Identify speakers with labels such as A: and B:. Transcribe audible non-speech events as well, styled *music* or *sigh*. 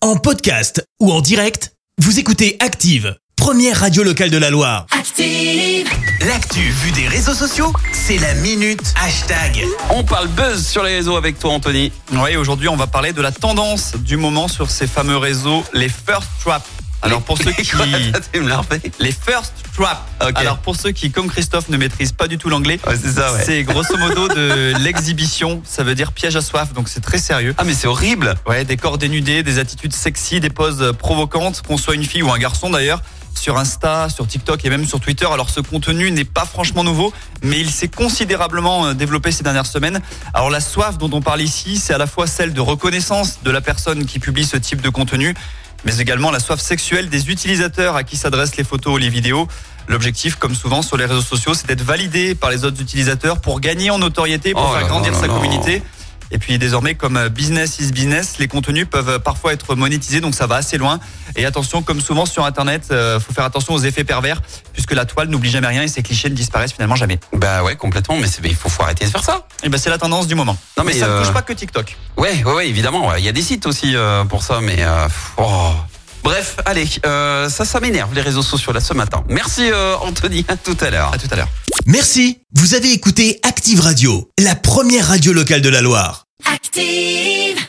A: En podcast ou en direct, vous écoutez Active, première radio locale de la Loire.
B: Active.
C: L'actu vue des réseaux sociaux, c'est la minute hashtag.
D: On parle buzz sur les réseaux avec toi, Anthony.
E: Oui, aujourd'hui, on va parler de la tendance du moment sur ces fameux réseaux, les first trap. Alors pour
D: *laughs*
E: ceux qui
D: tu me l'as refait
E: les first trap.
D: Ok.
E: Alors pour ceux qui comme Christophe ne maîtrisent pas du tout l'anglais,
D: Ouais, c'est ça, ouais.
E: c'est grosso modo de l'exhibition, ça veut dire piège à soif, donc c'est très sérieux.
D: Ah, mais c'est horrible.
E: Ouais, des corps dénudés, des attitudes sexy, des poses euh, provocantes, qu'on soit une fille ou un garçon d'ailleurs, sur Insta, sur TikTok et même sur Twitter. Alors ce contenu n'est pas franchement nouveau, mais il s'est considérablement euh, développé ces dernières semaines. Alors la soif dont on parle ici, c'est à la fois celle de reconnaissance de la personne qui publie ce type de contenu, mais également la soif sexuelle des utilisateurs à qui s'adressent les photos ou les vidéos. L'objectif, comme souvent sur les réseaux sociaux, c'est d'être validé par les autres utilisateurs pour gagner en notoriété, pour
D: Oh là
E: faire
D: là
E: grandir
D: là
E: sa
D: là.
E: communauté. Et puis désormais, comme euh, business is business, les contenus peuvent euh, parfois être monétisés, donc ça va assez loin. Et attention, comme souvent sur Internet, euh, faut faire attention aux effets pervers, puisque la toile n'oublie jamais rien et ses clichés ne disparaissent finalement jamais.
D: Bah ouais, complètement, mais c'est- mais il faut, faut arrêter de faire ça.
E: Et ben c'est la tendance du moment.
D: Non,
E: mais,
D: mais,
E: ça
D: euh,
E: ne touche pas que TikTok.
D: Ouais, ouais, ouais, évidemment. ouais. Il y a des sites aussi euh, pour ça, mais. euh, pff, oh. Bref, allez, euh, ça, ça m'énerve les réseaux sociaux là ce matin. Merci euh, Anthony, à tout à l'heure.
E: À tout à l'heure.
A: Merci, vous avez écouté Active Radio, la première radio locale de la Loire.
B: Active.